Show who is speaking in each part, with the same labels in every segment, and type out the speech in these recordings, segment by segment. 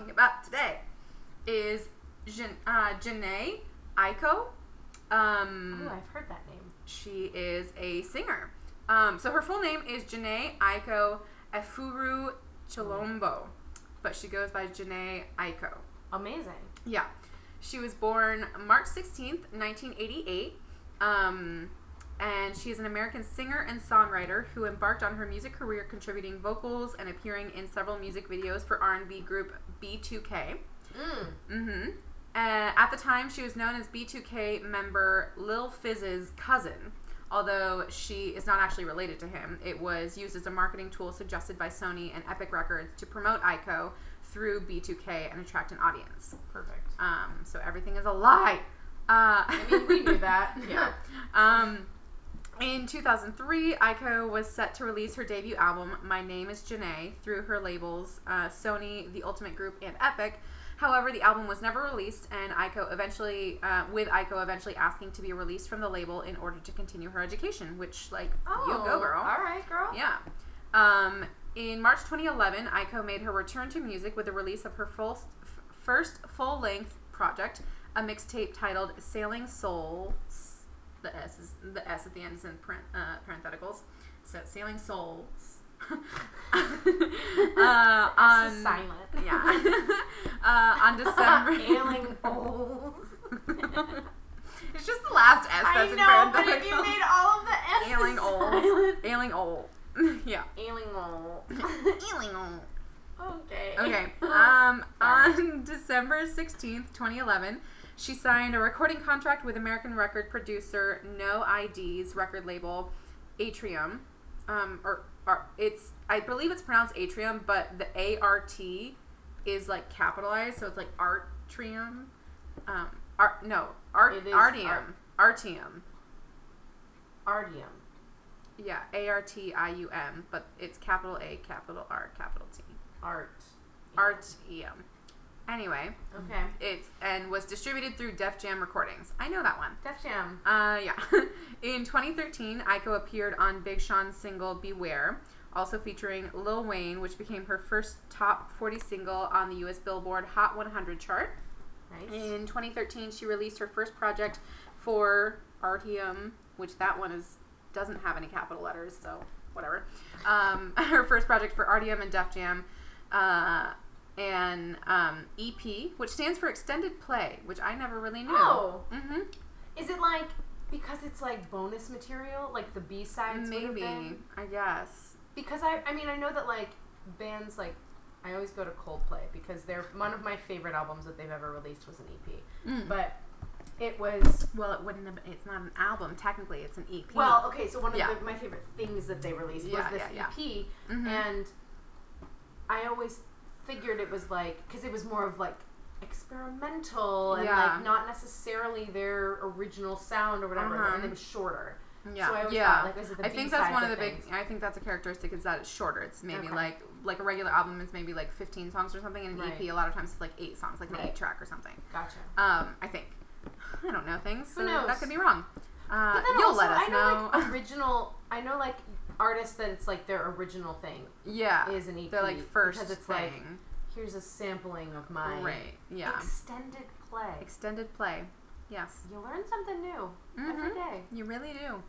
Speaker 1: Um, is Jan- uh, Janae Aiko. Um,
Speaker 2: Oh, I've heard that name.
Speaker 1: She is a singer. Um, so her full name is Janae Aiko Efuru Chilombo, but she goes by Janae Aiko.
Speaker 2: Amazing.
Speaker 1: Yeah. She was born March 16th, 1988. Um, and she is an American singer and songwriter who embarked on her music career contributing vocals and appearing in several music videos for R&B group B2K.
Speaker 2: Mm.
Speaker 1: Mhm. Uh, at the time, she was known as B2K member Lil Fizz's cousin, although she is not actually related to him. It was used as a marketing tool suggested by Sony and Epic Records to promote Ico through B2K and attract an audience.
Speaker 2: Perfect.
Speaker 1: Um, so everything is a lie. Uh,
Speaker 2: I mean, we knew that.
Speaker 1: yeah. Um, in 2003, Aiko was set to release her debut album, My Name is Janae, through her labels uh, Sony, The Ultimate Group, and Epic. However, the album was never released, and Aiko eventually, uh, with Aiko eventually asking to be released from the label in order to continue her education, which, like,
Speaker 2: Oh,
Speaker 1: you go, girl.
Speaker 2: All right, girl.
Speaker 1: Yeah. Um, in March 2011, Aiko made her return to music with the release of her full, f- first full length project, a mixtape titled Sailing Soul. S- The S, is, the S at the end is in parent, uh, parentheticals. So Sailing Souls. uh,
Speaker 2: Um,
Speaker 1: on,
Speaker 2: silent.
Speaker 1: Yeah. uh, on December.
Speaker 2: Ailing bowls.
Speaker 1: it's just the last S
Speaker 2: I
Speaker 1: that's in
Speaker 2: know, but
Speaker 1: parentheticals.
Speaker 2: if you made all of the S's
Speaker 1: Ailing old.
Speaker 2: silent.
Speaker 1: Ailing old. yeah.
Speaker 2: Ailing old.
Speaker 1: Ailing old.
Speaker 2: okay.
Speaker 1: Okay. Um,
Speaker 2: Sorry.
Speaker 1: on December 16th, 2011, she signed a recording contract with American record producer No ID's record label Atrium. Um, or, or it's, I believe it's pronounced Atrium, but the A R T is like capitalized, so it's like Artrium. Um, ar, no, art,
Speaker 2: It is
Speaker 1: Artium. Artium.
Speaker 2: Ardium.
Speaker 1: Yeah, A R T I U M, but it's capital A, capital R, capital T.
Speaker 2: Art.
Speaker 1: Artium. Anyway.
Speaker 2: Okay.
Speaker 1: It's and was distributed through Def Jam Recordings. I know that one.
Speaker 2: Def Jam.
Speaker 1: Uh, yeah. In 2013, Aiko appeared on Big Sean's single "Beware," also featuring Lil Wayne, which became her first top 40 single on the U.S. Billboard Hot 100 chart.
Speaker 2: Nice.
Speaker 1: In 2013, she released her first project for Artium, which that one is doesn't have any capital letters, so whatever. Um, her first project for Artium and Def Jam, uh, an um, EP, which stands for Extended Play, which I never really knew.
Speaker 2: Oh.
Speaker 1: hmm
Speaker 2: Is it like because it's like bonus material, like the B sides?
Speaker 1: maybe I guess.
Speaker 2: Because I, I mean, I know that like bands like I always go to Coldplay because they're one of my favorite albums that they've ever released was an EP, but it was E
Speaker 1: Well, it wouldn't have. It's not an album. Technically, it's an E EP.
Speaker 2: well okay. So one of
Speaker 1: Yeah.
Speaker 2: the, my favorite things that they released
Speaker 1: Yeah,
Speaker 2: was this
Speaker 1: yeah, yeah.
Speaker 2: EP,
Speaker 1: Mhm.
Speaker 2: and I always figured it was like because it was more of like experimental and
Speaker 1: Yeah.
Speaker 2: like not necessarily their original sound or whatever,
Speaker 1: Uh-huh.
Speaker 2: and it was shorter.
Speaker 1: Yeah,
Speaker 2: So I always
Speaker 1: yeah.
Speaker 2: thought, like, those are the
Speaker 1: I think that's
Speaker 2: B-sides
Speaker 1: one of
Speaker 2: of
Speaker 1: the big.
Speaker 2: things.
Speaker 1: I think that's a characteristic is that it's shorter. It's maybe
Speaker 2: Okay.
Speaker 1: like like a regular album is maybe like 15 songs or something, and an
Speaker 2: Right.
Speaker 1: EP a lot of times it's like eight songs, like an
Speaker 2: Right.
Speaker 1: eight track or something.
Speaker 2: Gotcha.
Speaker 1: Um, I think. I don't know things.
Speaker 2: Who
Speaker 1: so
Speaker 2: knows?
Speaker 1: That could be wrong. Uh,
Speaker 2: But then
Speaker 1: you'll
Speaker 2: also,
Speaker 1: let us
Speaker 2: I know,
Speaker 1: know.
Speaker 2: like, original. I know like artists that it's like their original thing
Speaker 1: yeah,
Speaker 2: is an EP.
Speaker 1: they're like first
Speaker 2: because it's like
Speaker 1: thing.
Speaker 2: here's a sampling of my
Speaker 1: right. Yeah.
Speaker 2: extended play.
Speaker 1: Extended play. Yes.
Speaker 2: you learn something new every
Speaker 1: Mhm.
Speaker 2: day.
Speaker 1: You really do.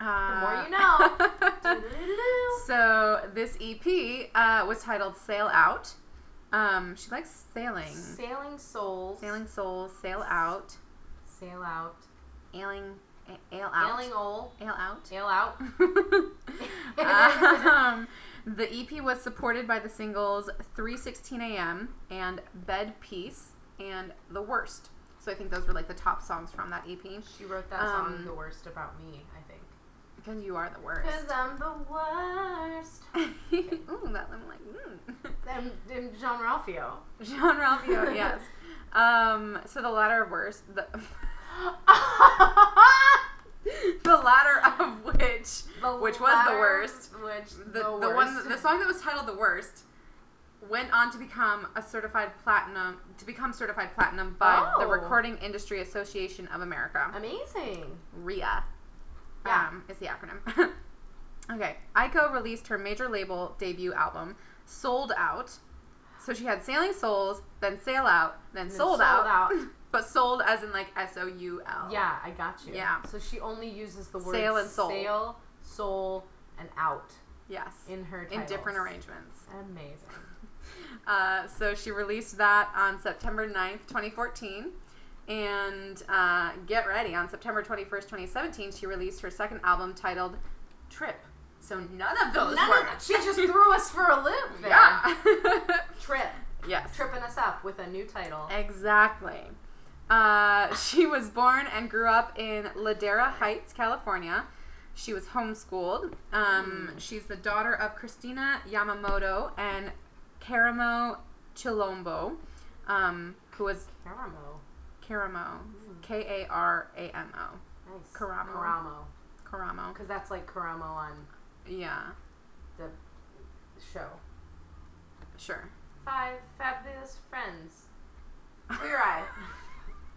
Speaker 2: more
Speaker 1: Uh,
Speaker 2: you know.
Speaker 1: so this EP uh, was titled "Sail Out." Um, she likes sailing.
Speaker 2: Sailing souls.
Speaker 1: Sailing souls, sail out,
Speaker 2: Sail out.
Speaker 1: ailing, a- ail out,
Speaker 2: Ailing ol.
Speaker 1: ail out.
Speaker 2: Sail out.
Speaker 1: um, the EP was supported by the singles "3:16 a.m." and "Bed Peace" and "The Worst." So I think those were like the top songs from that E EP.
Speaker 2: She wrote that song
Speaker 1: Um,
Speaker 2: the worst about me. I think.
Speaker 1: Because you are the
Speaker 2: Cause
Speaker 1: worst.
Speaker 2: I'm the worst.
Speaker 1: Ooh, that I'm like. Mm.
Speaker 2: I'm, I'm John Ralphio.
Speaker 1: John Ralphio, yes. Um, so the latter of worst, the, the latter of which Which was the worst.
Speaker 2: Which
Speaker 1: the, the, one the song that was titled the worst went on to become a certified platinum to become certified platinum by the
Speaker 2: Oh.
Speaker 1: recording industry association of america
Speaker 2: Amazing.
Speaker 1: ria
Speaker 2: Yeah.
Speaker 1: um, is the acronym okay ico released her major label debut album sold out So she had Sailing Souls, then Sail Out, then,
Speaker 2: And then
Speaker 1: sold,
Speaker 2: sold
Speaker 1: out,
Speaker 2: out.
Speaker 1: but sold as in like S O U L.
Speaker 2: Yeah, I got you.
Speaker 1: Yeah.
Speaker 2: So she only uses the words
Speaker 1: Sail and soul.
Speaker 2: sail, soul, and out
Speaker 1: Yes. In,
Speaker 2: in her titles.
Speaker 1: different arrangements.
Speaker 2: Amazing.
Speaker 1: Uh, so she released that on September 9th, 2014. And uh, get ready, on September 21st, 2017, she released her second album titled Trip. So none of those
Speaker 2: None
Speaker 1: were.
Speaker 2: of- she just threw us for a loop there.
Speaker 1: yeah.
Speaker 2: Trip.
Speaker 1: yes.
Speaker 2: Tripping us up with a new title.
Speaker 1: Exactly. Uh, she was born and grew up in Ladera Heights, California. She was homeschooled.
Speaker 2: Mm.
Speaker 1: Um, She's the daughter of Christina Yamamoto and Karamo Chilombo, um, who was
Speaker 2: Caramo.
Speaker 1: Karamo,
Speaker 2: Mm.
Speaker 1: K A R A M O,
Speaker 2: Nice.
Speaker 1: Karamo.
Speaker 2: Karamo.
Speaker 1: Karamo.
Speaker 2: Because that's like Karamo on
Speaker 1: Yeah,
Speaker 2: the show.
Speaker 1: sure.
Speaker 2: Five fabulous friends. Queer Eye.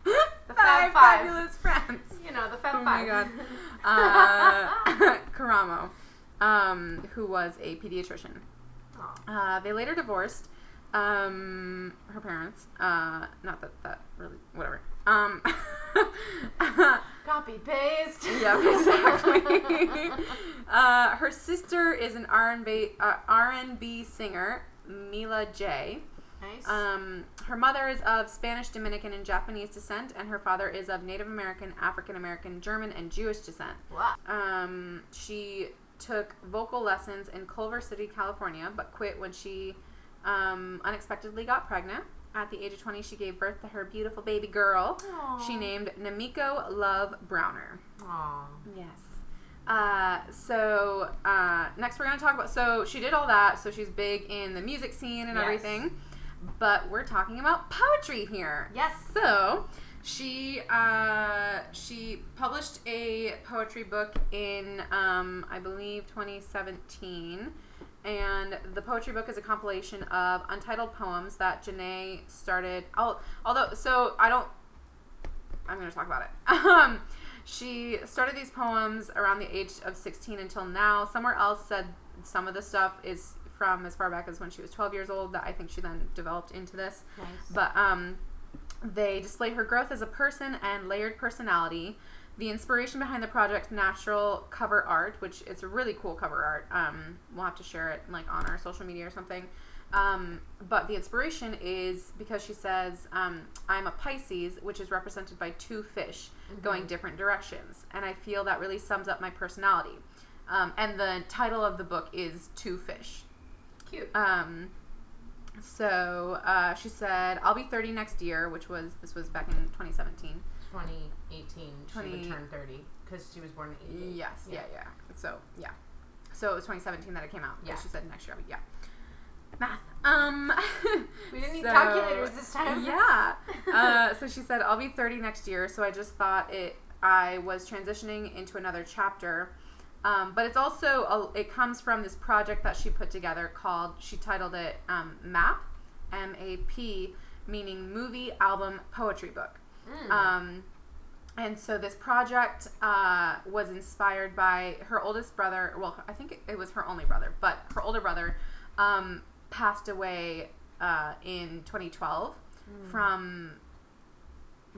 Speaker 2: The
Speaker 1: five
Speaker 2: Fab Five.
Speaker 1: fabulous friends.
Speaker 2: You know, the Fab
Speaker 1: Oh my
Speaker 2: Five.
Speaker 1: God. Uh, Karamo, um, who was a pediatrician.
Speaker 2: Aw.
Speaker 1: Uh, they later divorced. Um, her parents. Uh, not that that really. Whatever. Um,
Speaker 2: Copy paste.
Speaker 1: yeah, exactly. uh, her sister is an R and B uh, R and B singer, Mila J.
Speaker 2: nice.
Speaker 1: Um, her mother is of Spanish, Dominican, and Japanese descent, and her father is of Native American, African American, German, and Jewish descent.
Speaker 2: Wow.
Speaker 1: Um, she took vocal lessons in Culver City, California, but quit when she um, unexpectedly got pregnant. At the age of 20, she gave birth to her beautiful baby girl. She named Namiko Love Browner.
Speaker 2: Aw.
Speaker 1: Yes. Uh, so uh, next we're going to talk about. So she did all that. So she's big in the music scene and
Speaker 2: Yes.
Speaker 1: everything. But we're talking about poetry here.
Speaker 2: Yes.
Speaker 1: So she uh, she published a poetry book in um, I believe 2017, and the poetry book is a compilation of untitled poems that Janae started. al- Although, so I don't. I'm going to talk about it. Um, she started these poems around the age of 16 until now. Somewhere else said some of the stuff is from as far back as when she was 12 years old. That I think she then developed into this.
Speaker 2: Nice.
Speaker 1: But um, they display her growth as a person and layered personality. The inspiration behind the project, natural cover art, which it's a really cool cover art. Um, we'll have to share it like on our social media or something. Um, but the inspiration is because she says, um, "I'm a Pisces, which is represented by two fish
Speaker 2: Mm-hmm.
Speaker 1: going different directions, and I feel that really sums up my personality." Um, and the title of the book is Two Fish.
Speaker 2: Cute.
Speaker 1: Um, so uh, she said, "I'll be 30 next year," which was this was back in 2017.
Speaker 2: 2018, she
Speaker 1: Twenty-
Speaker 2: would turn 30 because she was born in 88.
Speaker 1: Yes, yeah,
Speaker 2: Yeah.
Speaker 1: yeah. So yeah, so it was 2017 that it came out.
Speaker 2: Yeah.
Speaker 1: she said next year. I'll be- Yeah, math. Um,
Speaker 2: We didn't need
Speaker 1: so-
Speaker 2: calculators this time.
Speaker 1: yeah. Uh, so she said, I'll be 30 next year. So I just thought it, I was transitioning into another chapter. Um, but it's also, a, it comes from this project that she put together called, she titled it um, MAP, M A P, meaning movie, album, poetry book.
Speaker 2: Mm.
Speaker 1: Um, and so this project uh, was inspired by her oldest brother. Well, I think it was her only brother, but her older brother um, passed away uh, in 2012
Speaker 2: Mm.
Speaker 1: from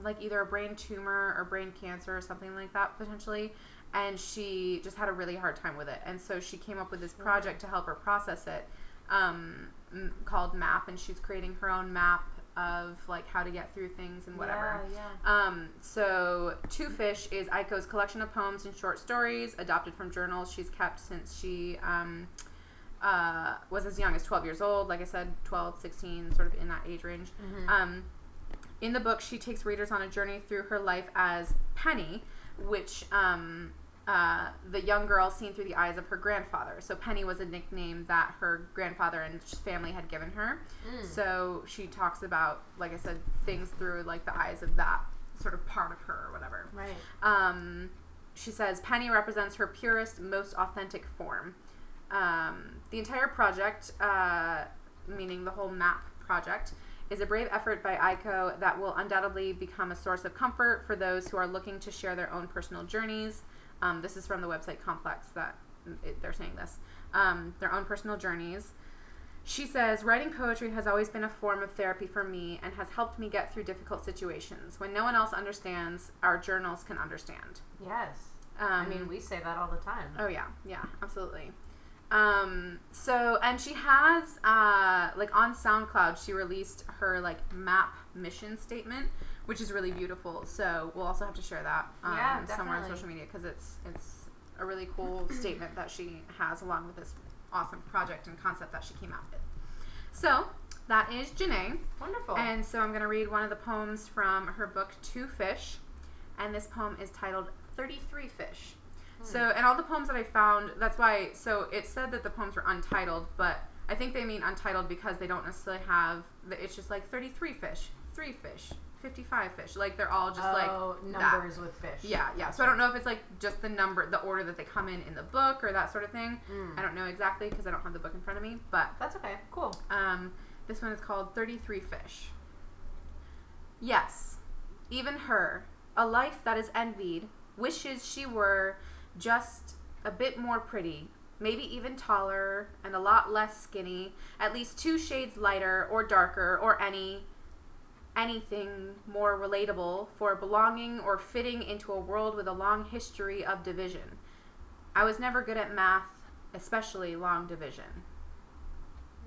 Speaker 1: like either a brain tumor or brain cancer or something like that potentially. And she just had a really hard time with it. And so she came up with this project to help her process it um, m- called MAP. And she's creating her own map of like how to get through things and whatever.
Speaker 2: Yeah, yeah.
Speaker 1: Um, so, Two Fish is Aiko's collection of poems and short stories adopted from journals she's kept since she um, uh, was as young as 12 years old. Like I said, 12, 16, sort of in that age range.
Speaker 2: Mm-hmm.
Speaker 1: Um, in the book, she takes readers on a journey through her life as Penny, which um, uh, the young girl seen through the eyes of her grandfather. So, Penny was a nickname that her grandfather and his family had given her.
Speaker 2: Mm. Hmm.
Speaker 1: So she talks about, like I said, things through like the eyes of that sort of part of her or whatever.
Speaker 2: Right.
Speaker 1: Um, she says Penny represents her purest, most authentic form. Um, the entire project, uh, meaning the whole map project, is a brave effort by ICO that will undoubtedly become a source of comfort for those who are looking to share their own personal journeys. Um, this is from the website Complex that it, they're saying this. Um, their own personal journeys. She says, writing poetry has always been a form of therapy for me and has helped me get through difficult situations. When no one else understands, our journals can understand.
Speaker 2: Yes.
Speaker 1: Um,
Speaker 2: I mean, we say that all the time.
Speaker 1: Oh yeah, yeah, absolutely. Um, so and she has uh like on SoundCloud she released her like map mission statement, which is really beautiful. So we'll also have to share that um,
Speaker 2: Yeah,
Speaker 1: somewhere on
Speaker 2: definitely.
Speaker 1: social media because it's it's a really cool statement that she has along with this awesome project and concept that she came out with. So that is Janae.
Speaker 2: Wonderful.
Speaker 1: And so I'm going to read one of the poems from her book, Two Fish. And this poem is titled 33 Fish.
Speaker 2: Mm.
Speaker 1: So, and all the poems that I found, that's why, so it said that the poems were untitled, but I think they mean untitled because they don't necessarily have, the, it's just like 33 fish, 3 fish, 55 fish. Like they're all just
Speaker 2: oh,
Speaker 1: like that.
Speaker 2: numbers with fish.
Speaker 1: Yeah, yeah. So I don't know if it's like just the number, the order that they come in in the book or that sort of thing.
Speaker 2: Mm.
Speaker 1: I don't know exactly because I don't have the book in front of me, but
Speaker 2: That's okay. Cool.
Speaker 1: um, this one is called 33 Fish. Yes, even her, a life that is envied, wishes she were just a bit more pretty, maybe even taller and a lot less skinny, at least two shades lighter or darker or any anything more relatable for belonging or fitting into a world with a long history of division. I was never good at math, especially long division.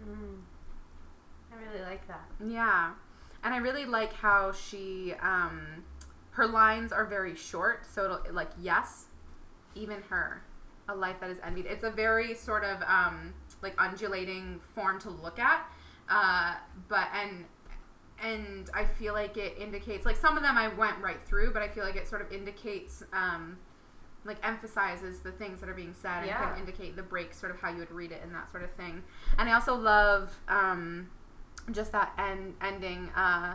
Speaker 1: Mm-hmm.
Speaker 2: Mm. I really like that.
Speaker 1: Yeah. And I really like how she um her lines are very short, so it'll like yes, even her, a life that is envied. It's a very sort of um like undulating form to look at. Uh but and and I feel like it indicates like some of them I went right through, but I feel like it sort of indicates um like emphasizes the things that are being said and
Speaker 2: Yeah.
Speaker 1: can indicate the breaks, sort of how you would read it and that sort of thing. And I also love um just that end ending uh,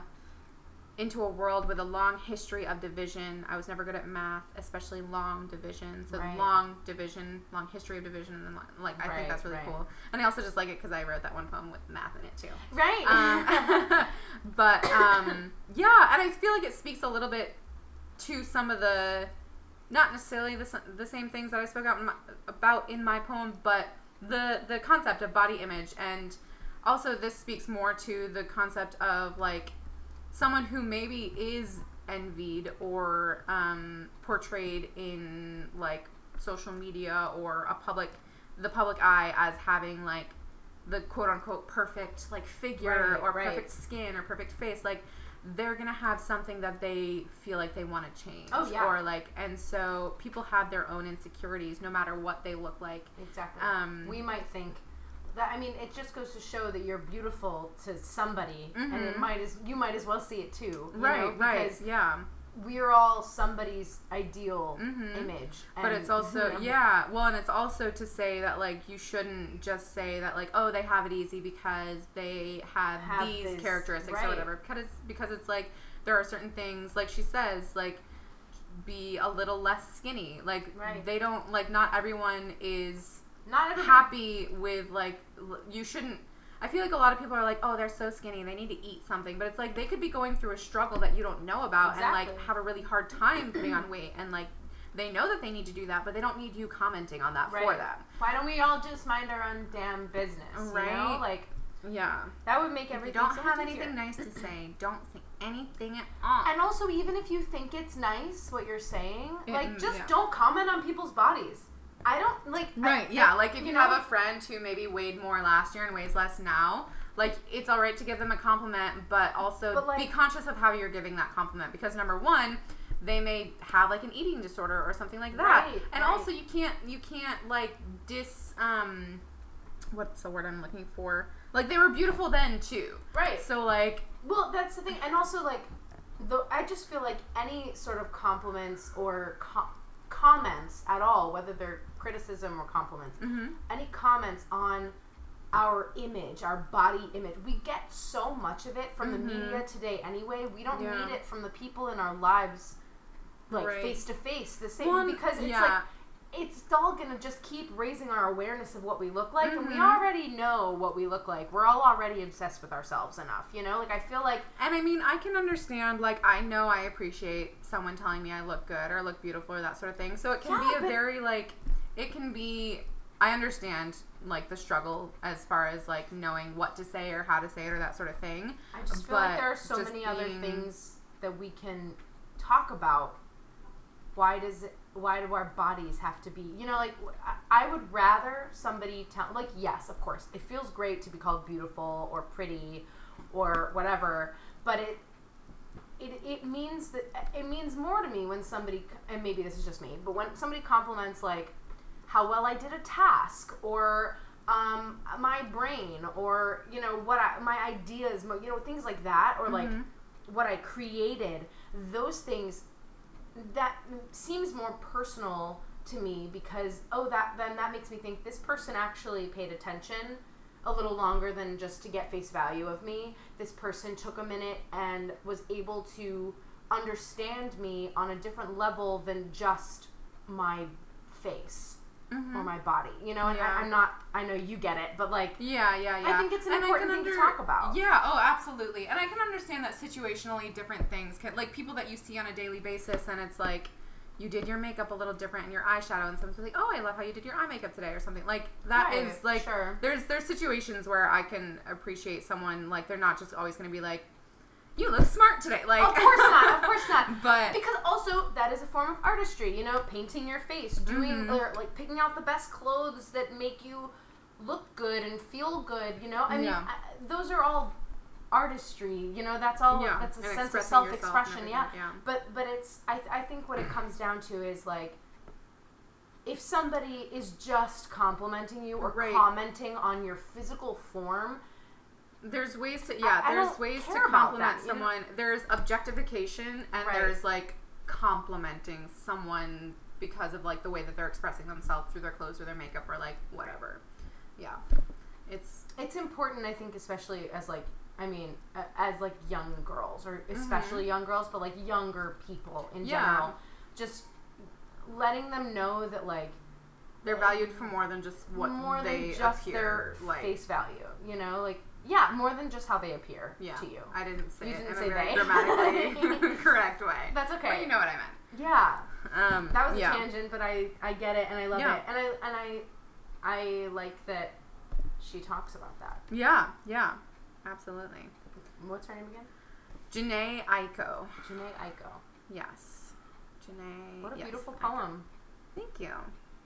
Speaker 1: into a world with a long history of division. I was never good at math, especially long division. So
Speaker 2: Right.
Speaker 1: long division, long history of division, and then lo- like I
Speaker 2: Right,
Speaker 1: think that's really
Speaker 2: right.
Speaker 1: cool. And I also just like it because I wrote that one poem with math in it too.
Speaker 2: Right.
Speaker 1: Um, but um, yeah, and I feel like it speaks a little bit to some of the not necessarily the, s- the same things that I spoke out in my, about in my poem, but the the concept of body image and also this speaks more to the concept of like someone who maybe is envied or um, portrayed in like social media or a public the public eye as having like the quote unquote perfect like figure
Speaker 2: Right,
Speaker 1: or
Speaker 2: right.
Speaker 1: perfect skin or perfect face like they're gonna have something that they feel like they want to change
Speaker 2: Oh, yeah.
Speaker 1: or like and so people have their own insecurities no matter what they look like
Speaker 2: exactly.
Speaker 1: um
Speaker 2: we might think that I mean it just goes to show that you're beautiful to somebody and it
Speaker 1: Mhm.
Speaker 2: might as you might as well see it too. you
Speaker 1: right
Speaker 2: know,
Speaker 1: right
Speaker 2: Because
Speaker 1: yeah
Speaker 2: we're all somebody's ideal
Speaker 1: Mhm.
Speaker 2: image.
Speaker 1: But
Speaker 2: and-
Speaker 1: it's also
Speaker 2: Mhm.
Speaker 1: yeah, well, and it's also to say that like you shouldn't just say that like oh they have it easy because they have,
Speaker 2: Have
Speaker 1: these
Speaker 2: this-
Speaker 1: characteristics
Speaker 2: right.
Speaker 1: or whatever because it's, because it's like there are certain things like she says like be a little less skinny like
Speaker 2: Right.
Speaker 1: they don't like not everyone is
Speaker 2: Not everybody.
Speaker 1: happy with like l- you shouldn't I feel like a lot of people are like, oh, they're so skinny, they need to eat something. But it's like they could be going through a struggle that you don't know about and
Speaker 2: Exactly.
Speaker 1: like have a really hard time putting on weight. And like they know that they need to do that, but they don't need you commenting on that for
Speaker 2: Right.
Speaker 1: them.
Speaker 2: Why don't we all just mind our own damn business? You know?
Speaker 1: Right.
Speaker 2: Like
Speaker 1: Yeah.
Speaker 2: that would make
Speaker 1: If you Uh-uh.
Speaker 2: everything.
Speaker 1: don't
Speaker 2: so
Speaker 1: have
Speaker 2: much
Speaker 1: anything
Speaker 2: easier.
Speaker 1: nice to say, don't say anything at all.
Speaker 2: And also, even if you think it's nice what you're saying,
Speaker 1: Yeah,
Speaker 2: like
Speaker 1: mm,
Speaker 2: just
Speaker 1: yeah.
Speaker 2: don't comment on people's bodies. I don't like. I-
Speaker 1: Right. Yeah. Like if
Speaker 2: you
Speaker 1: you,
Speaker 2: know-
Speaker 1: have a friend who maybe weighed more last year and weighs less now, like it's all right to give them a compliment, but also
Speaker 2: But, like-
Speaker 1: be conscious of how you're giving that compliment because number one, they may have like an eating disorder or something like that,
Speaker 2: Right,
Speaker 1: and
Speaker 2: right.
Speaker 1: also you can't you can't like dis um, what's the word I'm looking for? Like they were beautiful then too.
Speaker 2: right.
Speaker 1: So like
Speaker 2: Well, that's the thing, and also like, the I just feel like any sort of compliments or com- comments at all, whether they're criticism or compliments,
Speaker 1: mhm,
Speaker 2: any comments on our image, our body image, we get so much of it from the
Speaker 1: Mhm.
Speaker 2: media today anyway. We don't
Speaker 1: Yeah.
Speaker 2: need it from the people in our lives, like
Speaker 1: Right.
Speaker 2: face to face, the same
Speaker 1: One-
Speaker 2: because it's like
Speaker 1: yeah.
Speaker 2: it's all gonna just keep raising our awareness of what we look like, and we
Speaker 1: Mhm.
Speaker 2: already know what we look like. We're all already obsessed with ourselves enough, you know. Like I feel like
Speaker 1: And I mean, I can understand, like, I know I appreciate someone telling me I look good or look beautiful or that sort of thing. So it can
Speaker 2: Yeah,
Speaker 1: be a
Speaker 2: but-
Speaker 1: very, like, it can be I understand like the struggle as far as like knowing what to say or how to say it or that sort of thing.
Speaker 2: I just feel like
Speaker 1: But
Speaker 2: there are so
Speaker 1: just
Speaker 2: many other
Speaker 1: being-
Speaker 2: things that we can talk about. Why does it, why do our bodies have to be? You know, like I- I would rather somebody tell like yes, of course, it feels great to be called beautiful or pretty or whatever, but it. It, it means that it means more to me when somebody and maybe this is just me but when somebody compliments like how well I did a task or um, my brain or you know what I, my ideas mo- you know things like that or like what I created those things that seems more personal to me because oh that then that makes me think this person actually paid attention a little longer than just to get face value of me this person took a minute and was able to understand me on a different level than just my face or my body you know and
Speaker 1: Yeah.
Speaker 2: I, i'm not i know you get it but like
Speaker 1: Yeah, yeah, yeah.
Speaker 2: think it's an
Speaker 1: And I
Speaker 2: important
Speaker 1: can
Speaker 2: thing to talk about.
Speaker 1: Yeah, oh, absolutely. And I can understand that situationally different things can like people that you see on a daily basis and it's like you did your makeup a little different and your eyeshadow and something's like, "Oh, I love how you did your eye makeup today" or something. Like that is
Speaker 2: Right,
Speaker 1: like
Speaker 2: sure.
Speaker 1: there's there's situations where I can appreciate someone like they're not just always going to be like, "You look smart today." Like
Speaker 2: of course not of course not
Speaker 1: But-
Speaker 2: because also that is a form of artistry you know painting your face doing
Speaker 1: Mhm.
Speaker 2: or like picking out the best clothes that make you look good and feel good you know i mean
Speaker 1: Yeah.
Speaker 2: I, those are all artistry you know that's all
Speaker 1: Yeah,
Speaker 2: that's a
Speaker 1: and
Speaker 2: sense
Speaker 1: expressing
Speaker 2: of
Speaker 1: yourself and
Speaker 2: self-expression yeah.
Speaker 1: everything, yeah.
Speaker 2: but but it's I, I think what it comes down to is like if somebody is just complimenting you or
Speaker 1: Right.
Speaker 2: commenting on your physical form
Speaker 1: there's ways to yeah
Speaker 2: I
Speaker 1: there's
Speaker 2: don't
Speaker 1: ways to
Speaker 2: care about
Speaker 1: compliment
Speaker 2: that, you know?
Speaker 1: someone there's objectification and
Speaker 2: Right.
Speaker 1: there's like complimenting someone because of like the way that they're expressing themselves through their clothes or their makeup or like whatever yeah it's
Speaker 2: it's important i think especially as like i mean uh, as like young girls or especially young girls but like younger people in
Speaker 1: Mm-hmm. Yeah.
Speaker 2: general just letting them know that like
Speaker 1: they're valued for more than just what
Speaker 2: more
Speaker 1: they
Speaker 2: than just
Speaker 1: appear
Speaker 2: their
Speaker 1: like
Speaker 2: face value you know like yeah more than just how they appear
Speaker 1: yeah
Speaker 2: to you
Speaker 1: i didn't say
Speaker 2: You
Speaker 1: it
Speaker 2: didn't
Speaker 1: in
Speaker 2: say
Speaker 1: a very
Speaker 2: they.
Speaker 1: grammatically correct way
Speaker 2: that's okay
Speaker 1: but you know what i meant
Speaker 2: yeah
Speaker 1: um
Speaker 2: that was
Speaker 1: yeah.
Speaker 2: a tangent but i i get it and i love
Speaker 1: Yeah.
Speaker 2: it and i and i i like that she talks about that
Speaker 1: yeah yeah absolutely
Speaker 2: what's her name again
Speaker 1: janae Aiko.
Speaker 2: Janae Eiko.
Speaker 1: Yes. Janae.
Speaker 2: What a
Speaker 1: yes,
Speaker 2: beautiful
Speaker 1: I-
Speaker 2: poem.
Speaker 1: Thank you.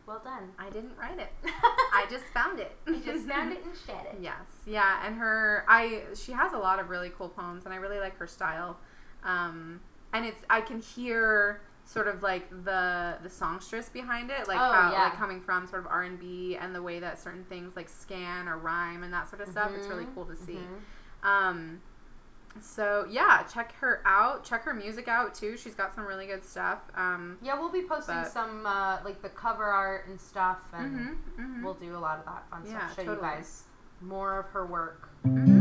Speaker 2: Well done.
Speaker 1: I didn't write it.
Speaker 2: I
Speaker 1: I just found it.
Speaker 2: just found it and shared it.
Speaker 1: Yes. Yeah, and her I she has a lot of really cool poems and I really like her style. Um and it's I can hear sort of like the the songstress behind it, like
Speaker 2: Oh,
Speaker 1: how
Speaker 2: yeah.
Speaker 1: like coming from sort of R and B and the way that certain things like scan or rhyme and that sort of stuff. It's really
Speaker 2: Mhm,
Speaker 1: cool to see.
Speaker 2: Mhm.
Speaker 1: Um, so yeah, check her out. Check her music out too. She's got some really good stuff. Um,
Speaker 2: Yeah, we'll be posting
Speaker 1: But-
Speaker 2: some uh, like the cover art and stuff, and
Speaker 1: mhm, mhm.
Speaker 2: we'll do a lot of that fun
Speaker 1: Yeah,
Speaker 2: stuff. Show
Speaker 1: totally.
Speaker 2: you guys more of her work.
Speaker 1: Mhm.